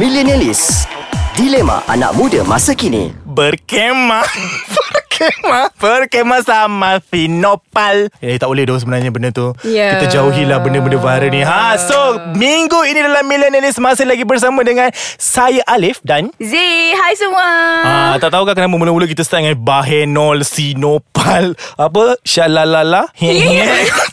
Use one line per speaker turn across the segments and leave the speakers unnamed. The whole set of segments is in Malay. Millennialis Dilema anak muda masa kini
Berkemah Berkemah Berkemah sama Finopal Eh tak boleh doh sebenarnya benda tu
Ya.
Kita jauhilah benda-benda viral ni Ha so Minggu ini dalam Millennialis Masih lagi bersama dengan Saya Alif dan
Z, hai semua.
Ah, tak tahukah kenapa mula-mula kita start dengan Bahenol, Sinopal, apa, Shalalala.
Yeah.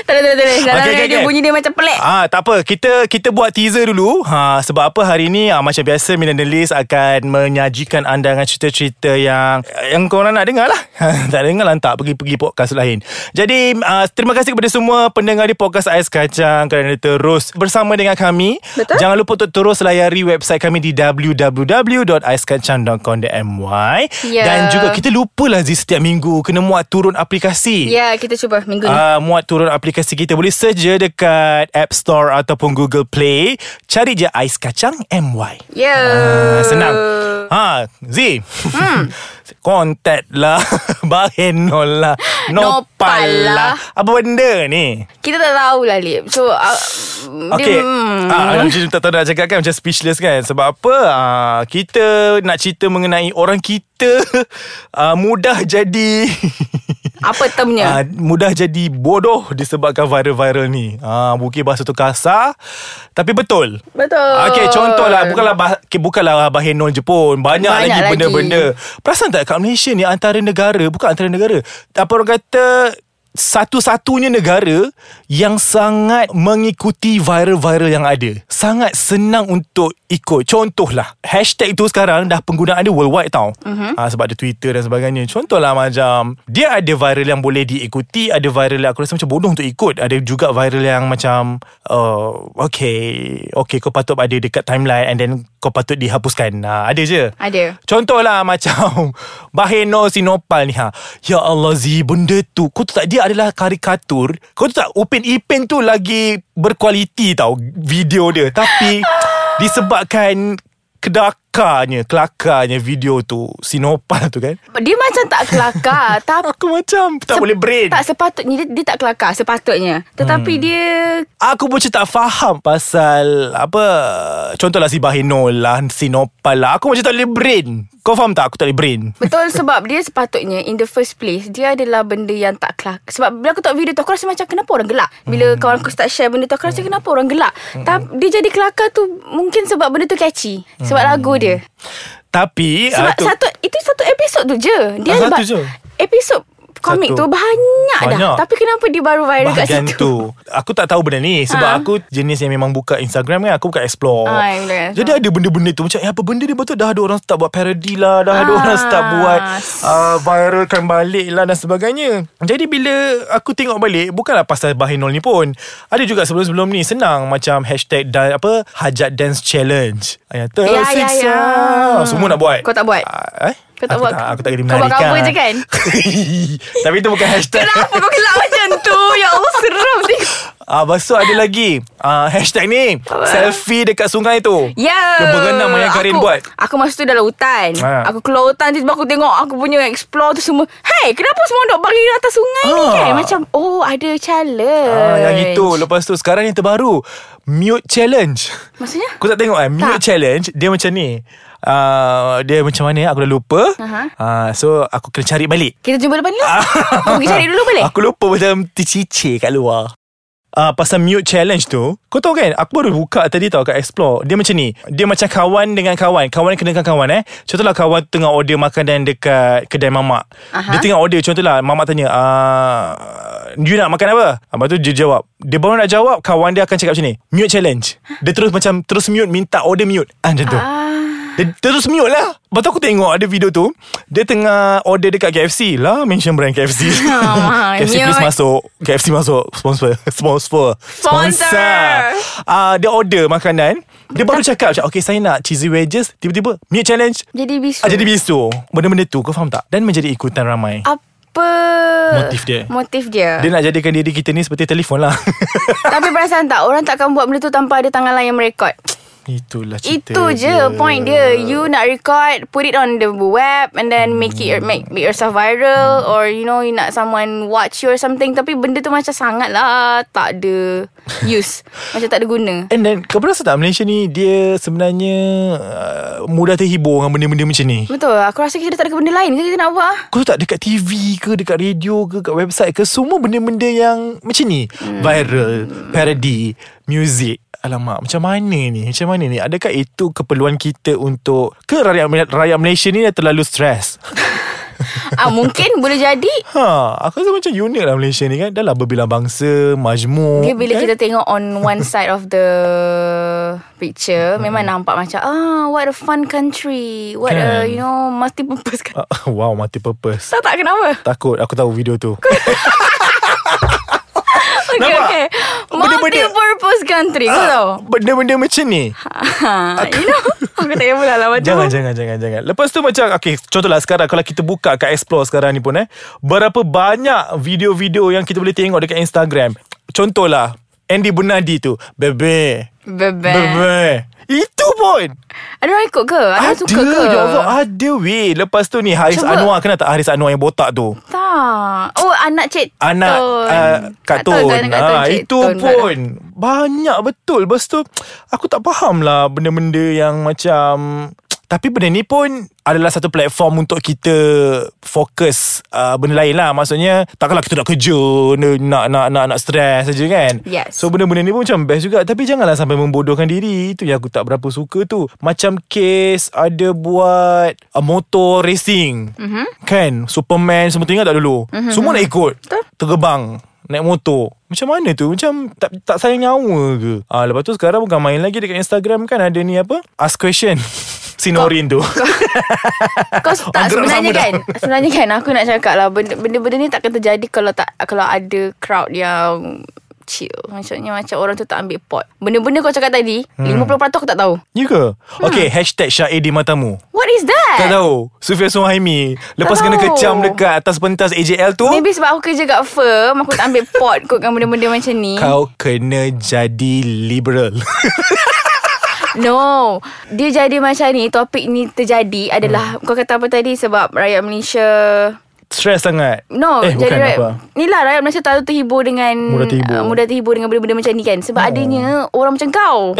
Tak ada, tak ada, tak ada. Dalam
Okay, okay,
radio
okay.
bunyi dia macam pelik.
Ah, tak apa. Kita kita buat teaser dulu. Ha, sebab apa hari ni ah, macam biasa Millennialis akan menyajikan anda dengan cerita-cerita yang yang korang nak dengar lah. tak dengar lah tak pergi-pergi podcast lain. Jadi ah, terima kasih kepada semua pendengar di podcast Ais Kacang kerana terus bersama dengan kami.
Betul.
Jangan lupa untuk terus layari website kami di www.aiskacang.com.my
Ya.
dan juga kita lupalah Zee setiap minggu kena muat turun aplikasi.
Ya, kita cuba minggu ni.
Uh, muat turun aplikasi kita Boleh search je dekat App Store Ataupun Google Play Cari je Ais Kacang MY
Ya.
uh, Senang
Eh.
Ha Z hmm. Contact lah Bahenol lah
Nopal
Nopal lah
lah.
Apa benda ni
Kita tak tahulah, Lip. So, uh,
Okay
dia, hmm.
ah, Macam tak tahu nak cakap kan Macam speechless kan Sebab apa ah, Kita nak cerita mengenai Orang kita ah, Mudah jadi
apa
Ah,
termnya?
mudah jadi bodoh disebabkan viral-viral ni. Ah, mungkin bahasa tu kasar tapi betul.
Betul.
Okey, contohlah bukanlah bah, okay, bukanlah bahenol je pun. Banyak,
Banyak
lagi
lagi.
benda-benda. Perasan tak kat Malaysia ni antara negara, bukan antara negara. Apa orang kata satu-satunya negara yang sangat mengikuti viral-viral yang ada. Sangat senang untuk ikut. Contohlah, hashtag tu sekarang dah penggunaan dia worldwide tau. Uh-huh. Ha, sebab ada Twitter dan sebagainya. Contohlah macam, dia ada viral yang boleh diikuti, ada viral yang aku rasa macam bodoh untuk ikut. Ada juga viral yang macam, oh, okay, okay kau patut ada dekat timeline and then kau patut dihapuskan. Ha, ada je.
Ada.
Contohlah macam Baheno Sinopal ni ha. Ya Allah Zee benda tu kau tu tak dia adalah karikatur. Kau tu tak Upin Ipin tu lagi berkualiti tau video dia tapi disebabkan kedakarnya, kelakarnya video tu Sinopal tu kan.
Dia macam tak kelakar, tapi
Aku macam tak boleh brain.
tak sepatutnya dia, dia tak kelakar sepatutnya. Tetapi hmm. dia
Aku pun macam tak faham pasal apa contohlah si Baheno lah, Sinopal lah. Aku macam tak boleh brain. Kau faham tak aku tak boleh brain?
Betul sebab dia sepatutnya In the first place Dia adalah benda yang tak kelakar Sebab bila aku tengok video tu Aku rasa macam kenapa orang gelak Bila
Hmm.
kawan aku start share benda tu Aku rasa kenapa orang gelak Tapi Dia jadi kelakar tu Mungkin sebab benda tu catchy Sebab lagu dia
Tapi
Sebab
Hmm. ah, tu-
satu Itu satu episod tu je Dia
Ah,
sebab
satu je?
Episod komik
Satu.
tu banyak,
Banyak.
dah Tapi kenapa dia baru viral kat
Bahagian
situ
tu Aku tak tahu benda ni Sebab ha.
Ha.
aku jenis yang memang buka Instagram kan Aku buka explore
Ah, boleh explore.
Jadi ada benda-benda tu Macam eh, apa benda ni betul Dah ada orang start buat parody lah Dah ada
Ah.
orang start buat uh, Viralkan balik lah Dan sebagainya Jadi bila aku tengok balik Bukanlah pasal Bahinol ni pun Ada juga sebelum-sebelum ni Senang macam hashtag dan, apa Hajat Dance Challenge Ayah, Tersiksa Ah,
ya, ya.
Semua nak buat
Kau tak buat?
Ah, eh?
Kau tak
aku
buat?
tak, Aku tak kena
Kau
menarik
buat cover je kan?
Tapi itu bukan hashtag
Kenapa kau gelak macam tu Ya Allah seram tengok
Ah, lepas tu ada lagi ah, Hashtag ni Selfie dekat sungai tu
Ya
Dia berenam yang Karin
aku,
buat
Aku masa tu dalam hutan
Ha.
Aku keluar hutan Tiba-tiba aku tengok Aku punya explore tu semua Hey kenapa semua duk bagi atas sungai ni
Ah.
kan Macam oh ada challenge
ah, Yang itu Lepas tu sekarang yang terbaru Mute challenge
Maksudnya
Kau tak tengok kan Mute
Tak.
challenge Dia macam ni uh, Dia macam mana Aku dah lupa
Aha.
uh, So aku kena cari balik
Kita jumpa lepas ni lah Kau pergi cari dulu boleh
Aku lupa macam tercicir kat luar Uh, pasal mute challenge tu Kau tahu kan Aku baru buka tadi tau Kat explore Dia macam ni Dia macam kawan dengan kawan Kawan kena dengan kawan eh Contohlah kawan tengah order makanan Dekat kedai mamak Aha. Dia tengah order Contohlah mamak tanya uh, You nak makan apa Ah, Lepas tu dia jawab Dia baru nak jawab Kawan dia akan cakap macam ni Mute challenge Dia terus macam Terus mute Minta order mute Ah macam tu dia terus mute lah Lepas tu aku tengok ada video tu Dia tengah order dekat KFC Lah mention brand KFC
Ah,
KFC please
mute.
masuk KFC masuk Sponsor Sponsor Ah, Dia order makanan Dia baru cakap macam Okay saya nak cheesy wedges Tiba-tiba Mute challenge
Jadi bisu
ah, Jadi bisu Benda-benda tu kau faham tak Dan menjadi ikutan ramai
Apa
Motif dia.
Motif dia,
Dia nak jadikan diri kita ni Seperti telefon lah
Tapi perasan tak Orang takkan buat benda tu Tanpa ada tangan lain yang merekod
Itulah cerita
Itu je point dia You nak record Put it on the web And then make it Make, make yourself
Hmm.
viral Or you know You nak someone watch you or something Tapi benda tu macam sangat lah Tak ada use Macam tak ada guna
And then Kau pernah rasa tak Malaysia ni Dia sebenarnya uh, Mudah terhibur Dengan benda-benda macam ni
Betul Aku rasa kita dah tak ada benda lain ke Kita nak buat ah?
Kau tahu tak dekat TV ke Dekat radio ke Dekat website ke Semua benda-benda yang Macam ni hmm. Viral Parody Music Alamak Macam mana ni Macam mana ni Adakah itu keperluan kita untuk Ke rakyat, rakyat Malaysia ni Dah terlalu stres
ah, Mungkin boleh jadi
Ha, aku rasa macam unik lah Malaysia ni kan. Dah lah berbilang bangsa, majmuk.
Dia bila
kan?
kita tengok on one side of the picture
Hmm.
memang nampak macam ah what a fun country what a
Kan.
you know multi purpose country.
Ah, wow, mati purpose.
Tahu tak kenapa?
Takut aku tahu video tu.
Okay,
Nampak?
okay. Multi
Benda-benda-
purpose country kau tahu.
Benda-benda macam ni.
Ha, you know aku tak payah pula lah macam
Jangan, jangan, jangan, jangan. Lepas tu macam, okay, contohlah sekarang kalau kita buka kat Explore sekarang ni pun eh. Berapa banyak video-video yang kita boleh tengok dekat Instagram. Contohlah, Andy Bunadi tu. Bebe.
Bebek.
Bebe. Itu pun.
Ada orang ikut ke? Ada, orang suka ke?
ya Allah, ada weh. Lepas tu ni Haris
Cuba.
Anwar. Kenal tak Haris Anwar yang botak tu?
Tak. Oh, anak Cik
anak
Tun.
uh, Kak Tun,
tak anak Kak Tun,
ha,
Cik
Itu
Tun pula.
pun Banyak betul Lepas tu Aku tak faham lah Benda-benda yang macam Tapi benda ni pun Adalah satu platform Untuk kita Fokus uh, Benda lain lah Maksudnya Takkanlah kita nak kerja Nak nak nak, nak stress saja kan
Yes.
So benda-benda ni pun macam best juga Tapi janganlah sampai membodohkan diri Itu yang aku tak berapa suka tu Macam case Ada buat uh, Motor racing mm-hmm.
Mhm.
Kan Superman Semua tu ingat tak dulu mm-hmm. Semua nak ikut Betul. Terbang Naik motor Macam mana tu Macam tak, tak sayang nyawa ke ah, Lepas tu sekarang Bukan main lagi Dekat Instagram kan Ada ni apa Ask question Sinorin tu
Kau
gerak
tak sebenarnya
sama
kan Sebenarnya kan Aku nak cakap lah benda- Benda-benda ni takkan terjadi Kalau tak Kalau ada crowd yang Chill Maksudnya macam orang tu tak ambil pot Benda-benda kau cakap tadi hmm. 50% aku tak tahu
You Ya ke
Hmm.
Okay hashtag Syair di matamu
What is that?
Tak tahu Sufian Suhaimi Lepas
Eh. Tak
kena
tahu.
kecam dekat Atas pentas AJL tu
Maybe sebab aku kerja kat firm Aku tak ambil pot kot Dengan benda-benda macam ni
Kau kena jadi liberal
No Dia jadi macam ni Topik ni terjadi
Hmm.
adalah Kau kata apa tadi Sebab rakyat Malaysia
Stress sangat
No
Eh bukan
rakyat,
apa
Ni lah rakyat Malaysia Terlalu terhibur dengan
Mudah terhibur. Hmm.
uh, Mudah terhibur dengan benda-benda macam ni kan Sebab adanya Orang macam kau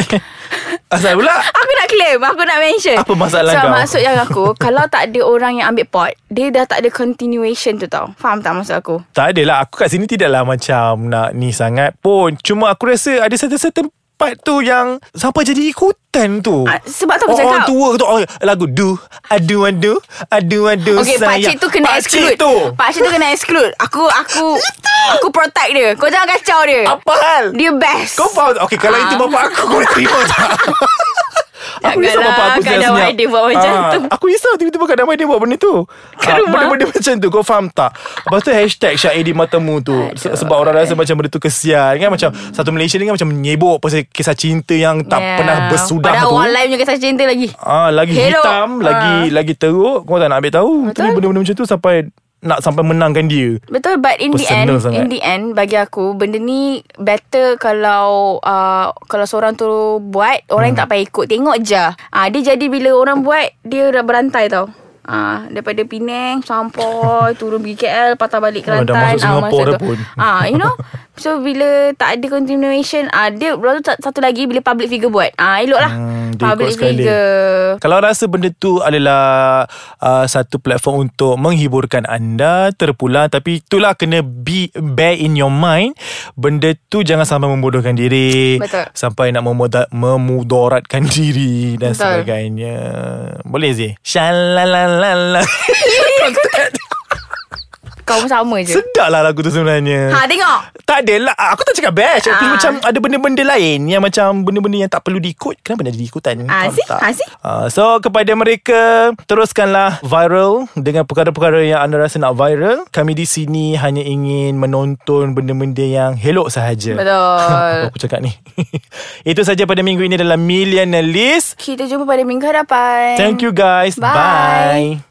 Asal pula
Aku nak claim Aku nak mention
Apa masalah
so,
kau?
maksud yang aku Kalau tak ada orang yang ambil pot Dia dah tak ada continuation tu tau Faham tak maksud aku?
Tak adalah Aku kat sini tidaklah macam Nak ni sangat pun Cuma aku rasa Ada certain-certain part tu yang Sampai jadi ikutan tu
Ah, sebab tu aku
Orang- Orang
cakap.
tua tu orang, Lagu do Adu adu Adu adu
Okay, pakcik tu kena exclude
ya. tu
Pakcik tu kena exclude Aku aku Aku protect dia Kau jangan kacau dia
Apa hal
Dia best
Kau faham tak? Okay kalau
Ah.
itu bapak aku Kau boleh terima tak Aku
Janganlah,
risau bapak aku
kadang
senyap-senyap.
wife dia buat macam
Ah,
tu.
Aku risau tiba-tiba kadang wife dia buat benda tu
Kat
Ah,
rumah.
Benda-benda macam tu Kau faham tak Lepas tu hashtag Syair di matamu tu Se- Sebab orang rasa macam benda tu kesian kan Macam satu Malaysia ni kan macam menyebok Pasal kisah cinta yang tak
Yeah.
pernah bersudah
Padahal
tu
orang Ya. lain punya kisah cinta lagi
Ah, lagi
Hello. Ah.
hitam, lagi lagi teruk. Kau tak nak ambil tahu.
Betul.
Tapi benda-benda macam tu sampai nak sampai menangkan dia.
Betul but in the end
Personal sangat.
in the end bagi aku benda ni better kalau uh, kalau seorang tu buat orang hmm. tak payah ikut tengok je. Ah uh, dia jadi bila orang buat dia dah berantai tau. Ah uh, daripada Penang sampai turun pergi KL patah balik
Ah, dah
Kelantan
masuk Singapore dah pun.
Ah uh, you know so bila tak ada continuation ah uh, dia baru tu satu lagi bila public figure buat. Ah uh, eloklah.
Hmm, dia ikut
public
sekali.
figure.
Kalau rasa benda tu adalah uh, satu platform untuk menghiburkan anda terpulang tapi itulah kena be bear in your mind benda tu jangan sampai membodohkan diri
Betul.
sampai nak memuda- memudaratkan diri dan
Betul.
sebagainya. Boleh sih. Shalalalala.
Kau pun sama je.
Sedaplah lagu tu sebenarnya.
Ya. Ha tengok.
Tak adalah Aku tak cakap best Aku
Ah.
macam ada benda-benda lain Yang macam Benda-benda yang tak perlu diikut Kenapa nak jadi ikutan
Ah,
Faham
see?
tak?
Ah, see?
Ah, So kepada mereka Teruskanlah viral Dengan perkara-perkara Yang anda rasa nak viral Kami di sini Hanya ingin Menonton benda-benda yang Helok sahaja
Betul.
Apa aku cakap ni Itu saja pada minggu ini Dalam Millionaire List
Kita jumpa pada minggu hadapan.
Thank you guys
Bye.
Bye